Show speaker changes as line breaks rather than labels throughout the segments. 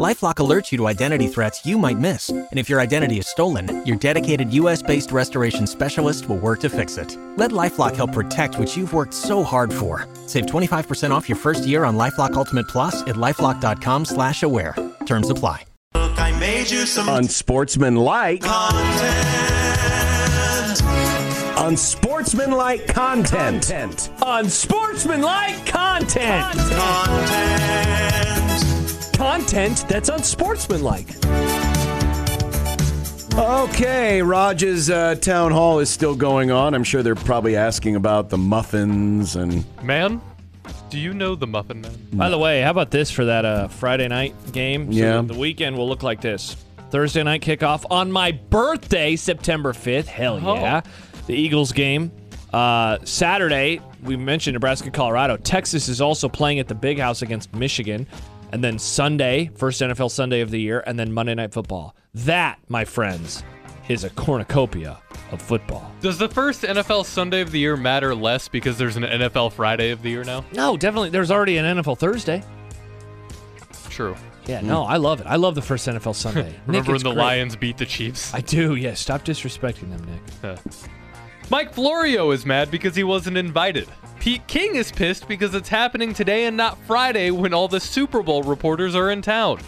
LifeLock alerts you to identity threats you might miss, and if your identity is stolen, your dedicated U.S.-based restoration specialist will work to fix it. Let LifeLock help protect what you've worked so hard for. Save 25% off your first year on LifeLock Ultimate Plus at lifeLock.com/slash-aware. Terms apply.
Look, I made you some
unsportsmanlike,
content.
unsportsmanlike content. content. Unsportsmanlike content.
Content.
Content that's unsportsmanlike.
Okay, Raj's uh, town hall is still going on. I'm sure they're probably asking about the muffins and
Man, do you know the Muffin Man?
By the way, how about this for that uh, Friday night game? So
Yeah.
that The weekend will look like this. Thursday night kickoff on my birthday, September 5th. Hell
Oh.
yeah. The Eagles game. Uh, Saturday, we mentioned Nebraska, Colorado. Texas is also playing at the big house against Michigan. And then Sunday, first NFL Sunday of the year, and then Monday Night Football. That, my friends, is a cornucopia of football.
Does the first NFL Sunday of the year matter less because there's an NFL Friday of the year now?
No, definitely. There's already an NFL Thursday.
True.
Yeah, no, I love it. I love the first NFL Sunday. Nick,
Remember when
it's
the
great.
Lions beat the Chiefs?
I do, yeah. Stop disrespecting them, Nick.
Mike Florio is mad because he wasn't invited. Pete King is pissed because it's happening today and not Friday when all the Super Bowl reporters are in town.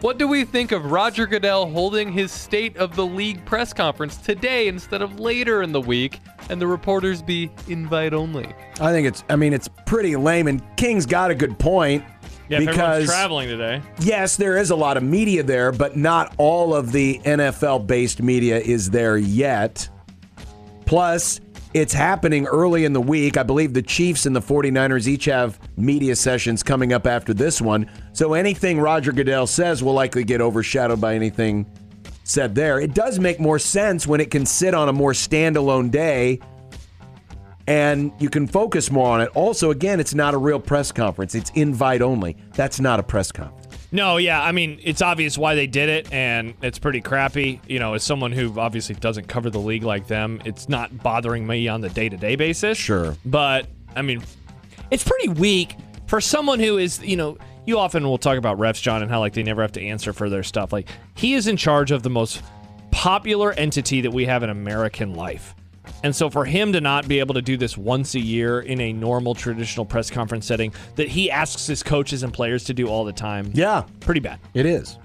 What do we think of Roger Goodell holding his State of the League press conference today instead of later in the week and the reporters be invite only?
I think it's I mean it's pretty lame and King's got a good point because
traveling today.
yes, there is a lot of media there, but not all of the NFL based media is there yet. Plus, it's happening early in the week. I believe the Chiefs and the 49ers each have media sessions coming up after this one. So anything Roger Goodell says will likely get overshadowed by anything said there. It does make more sense when it can sit on a more standalone day and you can focus more on it. Also, again, it's not a real press conference, it's invite only. That's not a press conference.
No, yeah, I mean, it's obvious why they did it, and it's pretty crappy. You know, as someone who obviously doesn't cover the league like them, it's not bothering me on the day to day basis.
Sure.
But, I mean, it's pretty weak for someone who is, you know, you often will talk about refs, John, and how, like, they never have to answer for their stuff. Like, he is in charge of the most popular entity that we have in American life. And so for him to not be able to do this once a year in a normal traditional press conference setting that he asks his coaches and players to do all the time.
Yeah,
Pretty bad.
it is.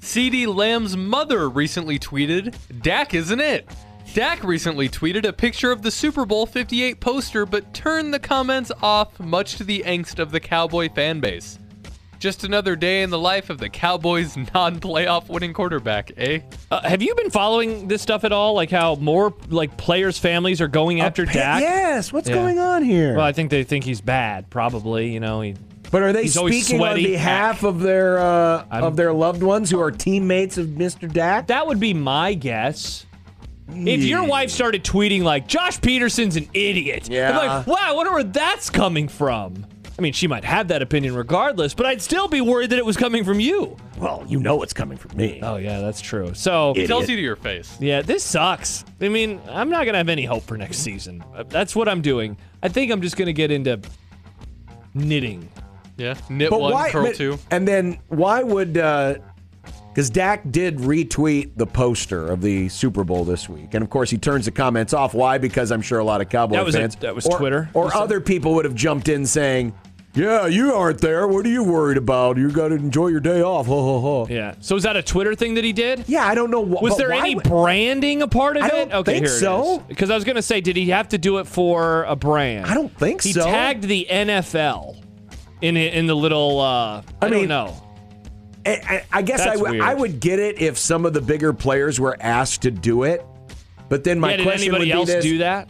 CD Lamb's mother recently tweeted, Dak isn't it. Dak recently tweeted a picture of the Super Bowl 58 poster, but turned the comments off, much to the angst of the Cowboy fan base. Just another day in the life of the Cowboys' non playoff winning quarterback, eh?
Uh, have you been following this stuff at all? Like how more like players' families are going after Dak?
Yes, what's
Yeah.
going on here?
Well, I think they think he's bad. Probably, you know. He,
but are they
he's always
speaking on
sweaty.
behalf of their uh,
I'm-
of their loved ones who are teammates of Mr. Dak?
that would be my guess. If your wife started tweeting like Josh Peterson's an idiot,
Yeah.
I'm like, wow, I wonder where that's coming from. I mean, she might have that opinion regardless, but I'd still be worried that it was coming from you.
Well, you know it's coming from me.
Oh yeah, that's true. So
It tells you to your face.
Yeah, this sucks. I mean, I'm not going to have any hope for next season. Uh, That's what I'm doing. I think I'm just going to get into knitting.
Yeah. Knit
but
one,
why?
curl
but-
two.
And then why would? Because Dak did retweet the poster of the Super Bowl this week, and of course he turns the comments off. Why? Because I'm sure a lot of Cowboy
That was a-
fans,
that was
or,
Twitter.
or other people would have jumped in saying. Yeah, you aren't there. What are you worried about? You got to enjoy your day off. Ho, ho, ho.
Yeah. So is that a Twitter thing that he did?
Yeah, I don't know. Wh-
Was
but
there
why
any
would-
branding a part of
I
it?
don't think so.
Because I was going to say, did he have to do it for a brand?
I don't think
he
so.
tagged the NFL in it- in the little. Uh, I,
mean,
don't know.
I, I- I guess I
That's
would-
weird.
I would get it if some of the bigger players were asked to do it. But then my
Yeah, did
question would be
anybody else
this,
do that?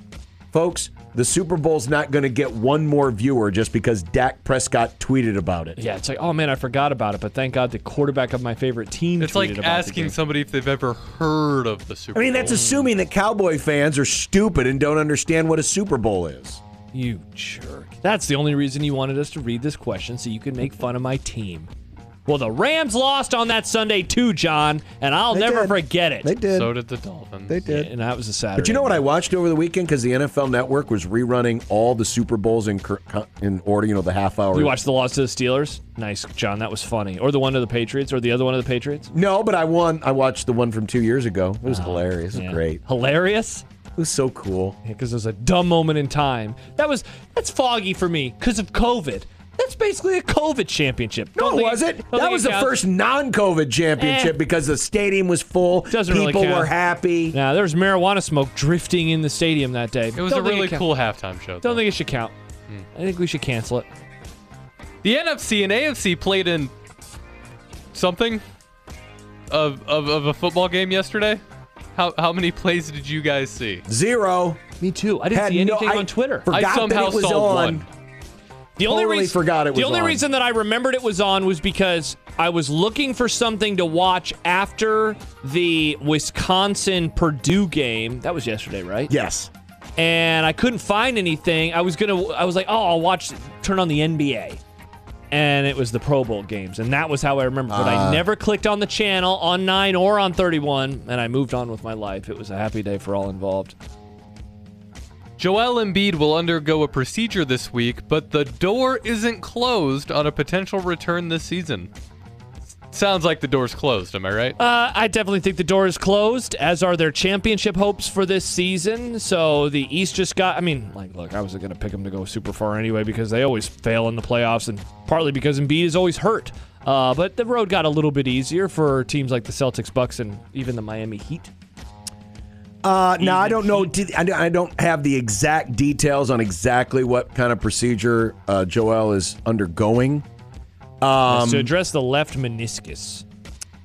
folks. The Super Bowl's not going to get one more viewer just because Dak Prescott tweeted about it.
Yeah, it's like, oh man, I forgot about it, but thank God the quarterback of my favorite team.
It's
tweeted
like
about the
asking
game.
somebody if they've ever heard of the Super
I
Bowl.
mean, that's assuming that Cowboy fans are stupid and don't understand what a Super Bowl is.
You jerk. That's the only reason you wanted us to read this question, so you can make fun of my team. Well, the Rams lost on that Sunday too, John, and I'll
They
never
did.
forget it.
They did.
So did the Dolphins.
they did.
And that was a Saturday.
But you know what I watched over the weekend because the NFL Network was rerunning all the Super Bowls in cur- co- in order. You know, the half hour.
You watched the loss to the Steelers. Nice, John. That was funny. Or the one to the Patriots, or the other one to the Patriots.
No, but I won. I watched the one from two years ago. It was hilarious. It
Ah, Yeah.
was great.
Hilarious.
It was so cool.
because it was a dumb moment in time. That was that's foggy for me because of COVID. That's basically a COVID championship.
No,
Don't
it
think
wasn't.
don't
That
think
was
it
the
counts.
first non-COVID championship
Eh.
because the stadium was full.
Doesn't really
People
count.
were happy.
Now there was marijuana smoke drifting in the stadium that day.
It was a really cool halftime show.
Don't
though.
think it should count. I think we should cancel it.
the NFC and AFC played in something of, of, of a football game yesterday. How, how many plays did you guys see?
Zero.
Me too. I didn't
Had
see
no-
anything
I
on Twitter.
forgot
I
that
somehow
it was
saw
on.
one.
The only
Totally
reason
forgot it
the
was
only
on.
reason that I remembered it was on was because I was looking for something to watch after the Wisconsin Purdue game. That was yesterday, right?
Yes.
and I couldn't find anything. I was gonna, I was like, oh, I'll watch, turn on the NBA, and it was the Pro Bowl games, and that was how I remember. But
Ah.
I never clicked on the channel on nine or on thirty-one, and I moved on with my life. It was a happy day for all involved.
Joel Embiid will undergo a procedure this week, but the door isn't closed on a potential return this season. S- Sounds like the door's closed, am I right?
Uh, I definitely think the door is closed, as are their championship hopes for this season. So the East just got, I mean, like, look, I wasn't going to pick them to go super far anyway because they always fail in the playoffs, and partly because Embiid is always hurt. Uh, but the road got a little bit easier for teams like the Celtics, Bucks, and even the Miami Heat.
Uh, now I don't know. did- I don't- I don't have the exact details on exactly what kind of procedure uh, Joel is undergoing.
uh, to address the left meniscus.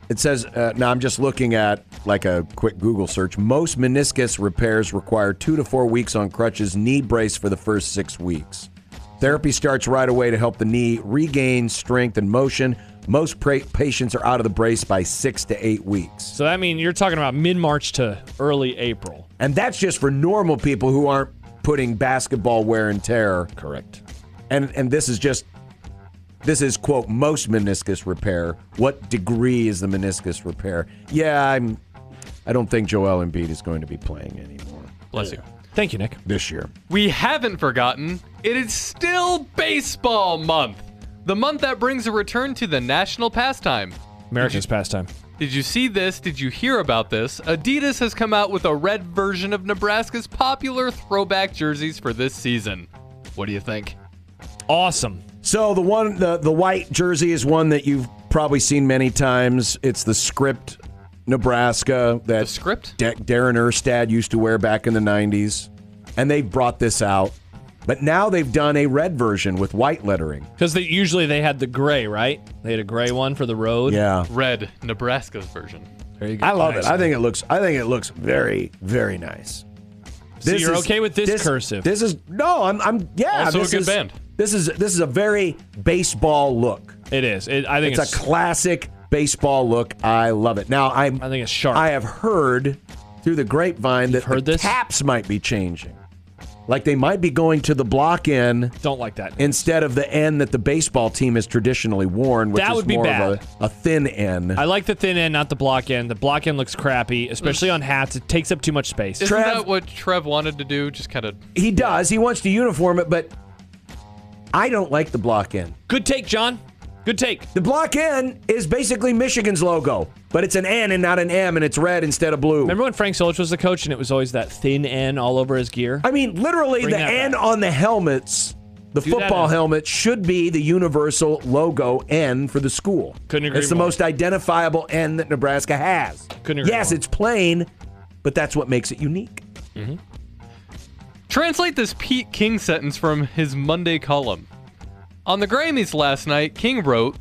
It says uh, now I'm just looking at like a quick Google search. Most meniscus repairs require two to four weeks on crutches, knee brace for the first six weeks. Therapy starts right away to help the knee regain strength and motion. Most pra- patients are out of the brace by six to eight weeks,
So that means you're talking about mid March to early April.
and that's just for normal people who aren't putting basketball wear and tear.
Correct.
And and this is just this is quote most meniscus repair. What degree is the meniscus repair? Yeah, I'm. I don't think Joel Embiid is going to be playing anymore
Bless you.
Thank you, Nick.
this year.
We haven't forgotten, it is still baseball month. The month that brings a return to the national pastime.
America's pastime.
Did you see this? Did you hear about this? Adidas has come out with a red version of Nebraska's popular throwback jerseys for this season. What do you think?
Awesome.
So the one the the white jersey is one that you've probably seen many times. It's the script Nebraska that
The script?
Da- Darren Erstad used to wear back in the 90s, and they brought this out. But now they've done a red version with white lettering.
Because they, usually they had the gray, right? They had a gray one for the road.
Yeah.
Red, Nebraska's version.
There you go.
I love
Nice.
it. I think it looks. I think it looks very, very nice.
So you're okay with this cursive?
This is no. I'm. I'm. Yeah.
Also a
this
good
is,
band.
This is. This is a very baseball look.
It is. It, I think
It's
it's,
a classic baseball look. I love it. Now I'm.
I think it's sharp.
I have heard through the grapevine that
heard
the
this?
caps might be changing. Like they might be going to the block in
don't like that.
instead of the N that the baseball team has traditionally worn, which
That
is
would be
more
bad.
of a, a thin N.
I like the thin end, not the block end. The block end looks crappy, especially on hats. It takes up too much space.
Isn't
Trev-
that what Trev wanted to do? Just kind of
He does. He wants to uniform it, but I don't like the block N.
Good take, John. Good take.
The block N is basically Michigan's logo, but it's an N and not an M, and it's red instead of blue.
Remember when Frank Solich was the coach and it was always that thin end all over his gear?
I mean, literally,
Bring
the
that
N
back.
on the helmets, the
that
football
N.
helmet, should be the universal logo N for the school.
Couldn't agree
It's the
more.
most identifiable N that Nebraska has.
Couldn't agree
Yes,
more.
it's plain, but that's what makes it unique.
Translate this Pete King sentence from his Monday column. On the Grammys last night, King wrote,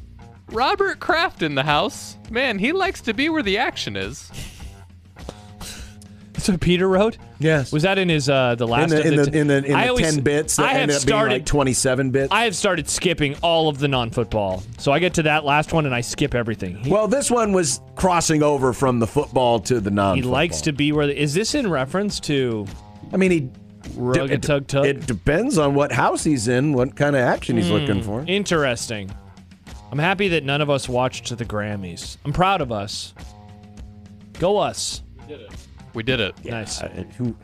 Robert Kraft in the house. Man, he likes to be where the action is.
That's what Peter wrote?
Yes.
Was that in his uh the
in
last
the,
of
in the,
t-
in the, in
I
the
always-
10 bits that
I have
ended up
started
being like 27 bits?
I have started skipping all of the non-football. So I get to that last one and I skip everything. He,
Well, this one was crossing over from the football to the non.
he likes to be where the, Is this in reference to
I mean, he.
Rugged
it,
Tug Tug? Hmm.
It depends on what house he's in, what kind of action he's looking for.
Interesting. I'm happy that none of us watched the Grammys. I'm proud of us. Go us.
We did it.
Nice.
Uh, who,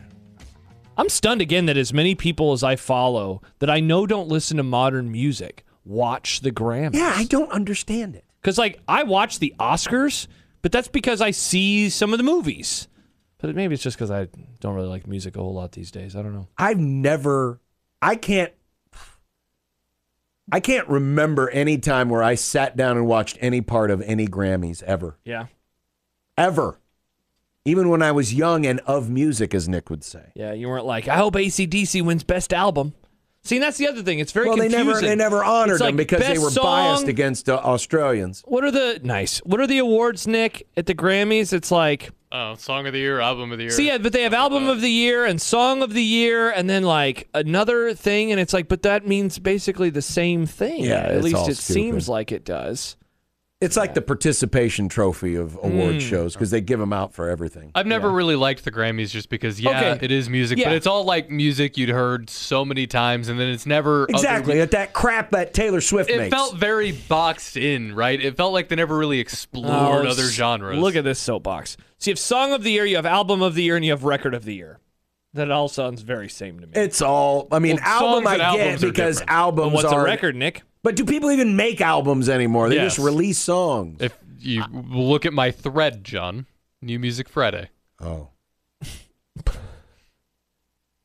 I'm stunned again that as many people as I follow that I know don't listen to modern music watch the Grammys.
yeah, I don't understand it.
Because, like, I watch the Oscars, but that's because I see some of the movies. But maybe it's just because I don't really like music a whole lot these days. I don't know.
I've never, I can't, I can't remember any time where I sat down and watched any part of any Grammys ever,
Yeah.
ever. Even when I was young and of music, as Nick would say.
Yeah, you weren't like, I hope ACDC wins best album. See, and that's the other thing. It's very
Well, they
confusing.
never, they never honored
It's like,
them because they
best
were
song,
biased against uh, Australians.
What are the nice? What are the awards, Nick? At the Grammys, it's like
Oh, song of the year, album of the year.
see, yeah, but they have album
Uh-huh.
of the year and song of the year, and then like another thing, and it's like, but that means basically the same thing.
Yeah,
at
it's
least
all
it
stupid.
seems like it does.
It's like the participation trophy of
Hmm.
award shows because they give them out for everything.
I've never really liked the Grammys just because, yeah,
Okay.
it is music,
Yeah.
but it's all like music you'd heard so many times, and then it's never other-
Exactly, that that crap that Taylor Swift
It
makes.
felt very boxed in, right? It felt like they never really explored
Oh,
other
s-
genres.
Look at this soapbox. So you have song of the year, you have album of the year, and you have record of the year. That all sounds very same to me.
it's all. I mean,
Well,
album
songs
I
and
get
albums are
because
different.
But
albums
what's
are
a record, Nick?
But do people even make albums anymore? They just
Yes.
release songs.
If you look at my thread, John, New Music Friday,
Oh,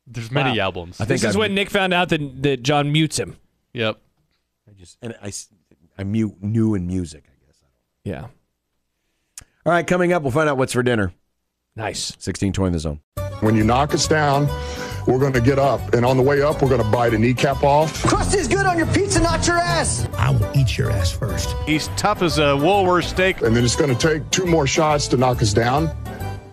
there's many albums.
I think
This is
I,
when Nick found out that, that John mutes him.
Yep.
I just and I s- I mute new in music. I guess.
Yeah.
All right, coming up, we'll find out what's for dinner.
Nice.
Sixteen twenty, the zone.
When you knock us down, we're going to get up. And on the way up, we're going to bite a kneecap off.
Crust is good on your pizza, not your ass.
I will eat your ass first.
He's tough as a Woolworth steak.
And then it's going to take two more shots to knock us down.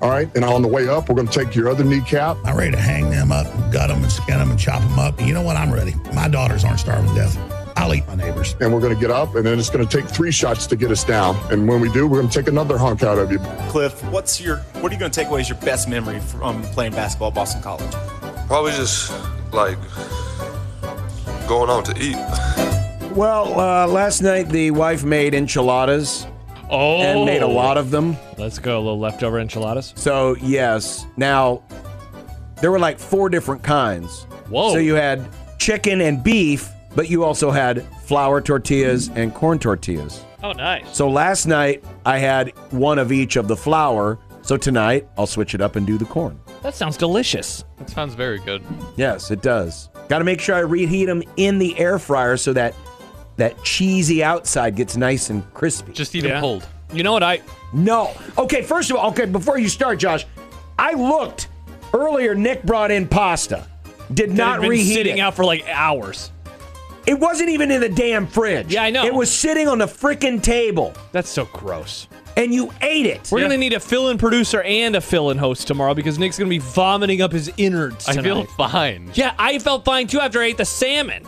All right. And on the way up, we're going to take your other kneecap.
I'm ready to hang them up, gut them, and skin them, and chop them up. You know what? I'm ready. My daughters aren't starving to death. I'll eat my neighbors.
And we're going to get up. And then it's going to take three shots to get us down. And when we do, we're going to take another hunk out of you.
Cliff, what's your what are you going to take away as your best memory from playing basketball at Boston College?
Probably just like going out to eat.
Well, uh, last night the wife made enchiladas
Oh,
and made a lot of them.
Let's go. A little leftover enchiladas.
So yes, now there were like four different kinds.
Whoa.
So you had chicken and beef, but you also had flour tortillas and corn tortillas.
Oh, nice.
So last night I had one of each of the flour. So tonight I'll switch it up and do the corn.
That sounds delicious.
That sounds very good.
Yes, it does. Got to make sure I reheat them in the air fryer so that that cheesy outside gets nice and crispy.
Just eat 'em
Yeah.
cold.
You know what I?
no. Okay, first of all, okay, before you start, Josh, I looked earlier. Nick brought in pasta. Did not
It had been
reheat
sitting
it.
out for like hours.
It wasn't even in the damn fridge.
Yeah, I know.
It was sitting on the freaking table,
That's so gross.
and you ate it.
We're gonna need a fill-in producer and a fill-in host tomorrow because Nick's gonna be vomiting up his innards.
I
Tonight.
feel fine.
Yeah, I felt fine too after I ate the salmon.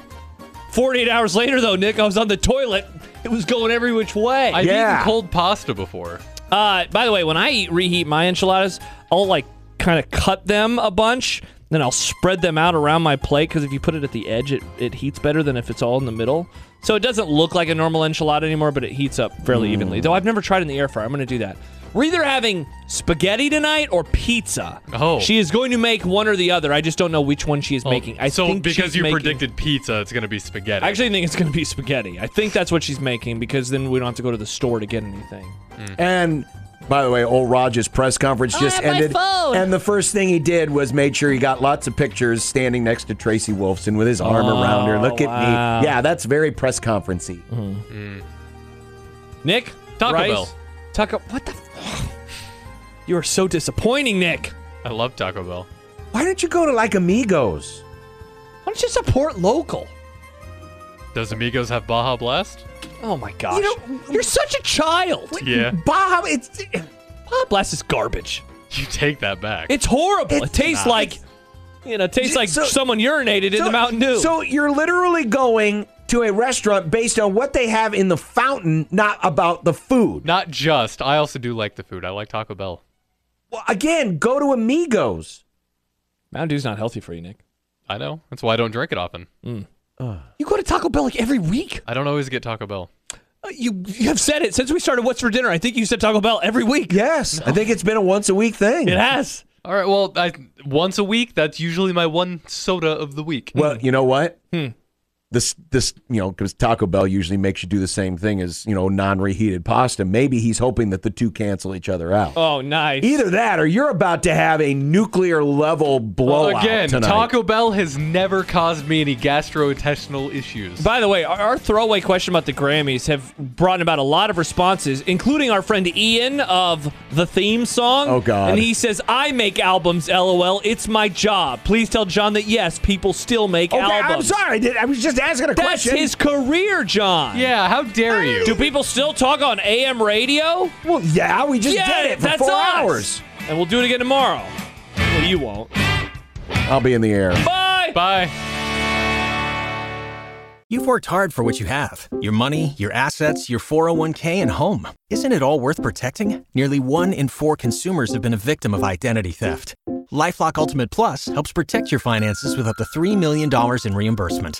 Forty-eight hours later, though, Nick, I was on the toilet. It was going every which way.
I've
Yeah.
eaten cold pasta before.
Uh, by the way, when I eat reheat my enchiladas, I'll like kind of cut them a bunch, then I'll spread them out around my plate because if you put it at the edge, it, it heats better than if it's all in the middle. So it doesn't look like a normal enchilada anymore, but it heats up
Mm.
fairly evenly. Though I've never tried it in the air fryer. I'm going to do that. We're either having spaghetti tonight or pizza.
Oh.
she is going to make one or the other. I just don't know which one she is making. I
so
think
because
she's
you
making-
predicted pizza, it's going to be spaghetti.
I actually think it's going to be spaghetti. I think that's what she's making because then we don't have to go to the store to get anything.
And by the way, old Rogers press conference just ended. And the first thing he did was made sure he got lots of pictures standing next to Tracy Wolfson with his arm around her. Look at
Oh, wow.
me. Yeah, that's very press conferencey.
Nick,
Taco
rice,
Bell.
Taco. What the? you are so disappointing, Nick.
I love Taco Bell.
Why don't you go to like Amigos?
Why don't you support local?
Does Amigos have Baja Blast?
Oh my gosh, you are such a child.
Yeah.
Bob, it's
Pop Blast is garbage.
You take that back.
It's horrible. it
It's
tastes
not.
like, you know, it tastes like
So-
someone urinated in the Mountain Dew.
So you're literally going to a restaurant based on what they have in the fountain, not about the food.
Not just. I also do like the food. I like Taco Bell.
Well, again, go to Amigos.
Mountain Dew's not healthy for you, Nick.
I know. That's why I don't drink it often.
You go to Taco Bell like every week.
I don't always get Taco Bell.
Uh,
You, you have said it since we started What's for Dinner. I think you said Taco Bell every week.
Yes. I think it's been a once a week thing.
It has.
All right. Well, I, once a week, that's usually my one soda of the week.
Well, you know what?
Hmm.
This this you know because Taco Bell usually makes you do the same thing as you know non reheated pasta. Maybe he's hoping that the two cancel each other out.
Oh, nice.
Either that, or you're about to have a nuclear level blowout
Again,
tonight.
Taco Bell has never caused me any gastrointestinal issues.
By the way, our, our throwaway question about the Grammys have brought about a lot of responses, including our friend Ian of the theme song.
Oh, God.
And he says, "I make albums, lol. It's my job. Please tell John that yes, people still make
Okay,
albums.
I'm sorry. I, did, I was just asking a
That's
question.
his career, John.
yeah, how dare you?
Do people still talk on AM radio?
well, yeah, we just
yeah,
did it for
that's
four
us.
hours.
And we'll do it again tomorrow. Well, you won't.
I'll be in the air.
Bye.
Bye.
You've worked hard for what you have your money, your assets, your 401k, and home. Isn't it all worth protecting? Nearly one in four consumers have been a victim of identity theft. Lifelock Ultimate Plus helps protect your finances with up to $3 million in reimbursement.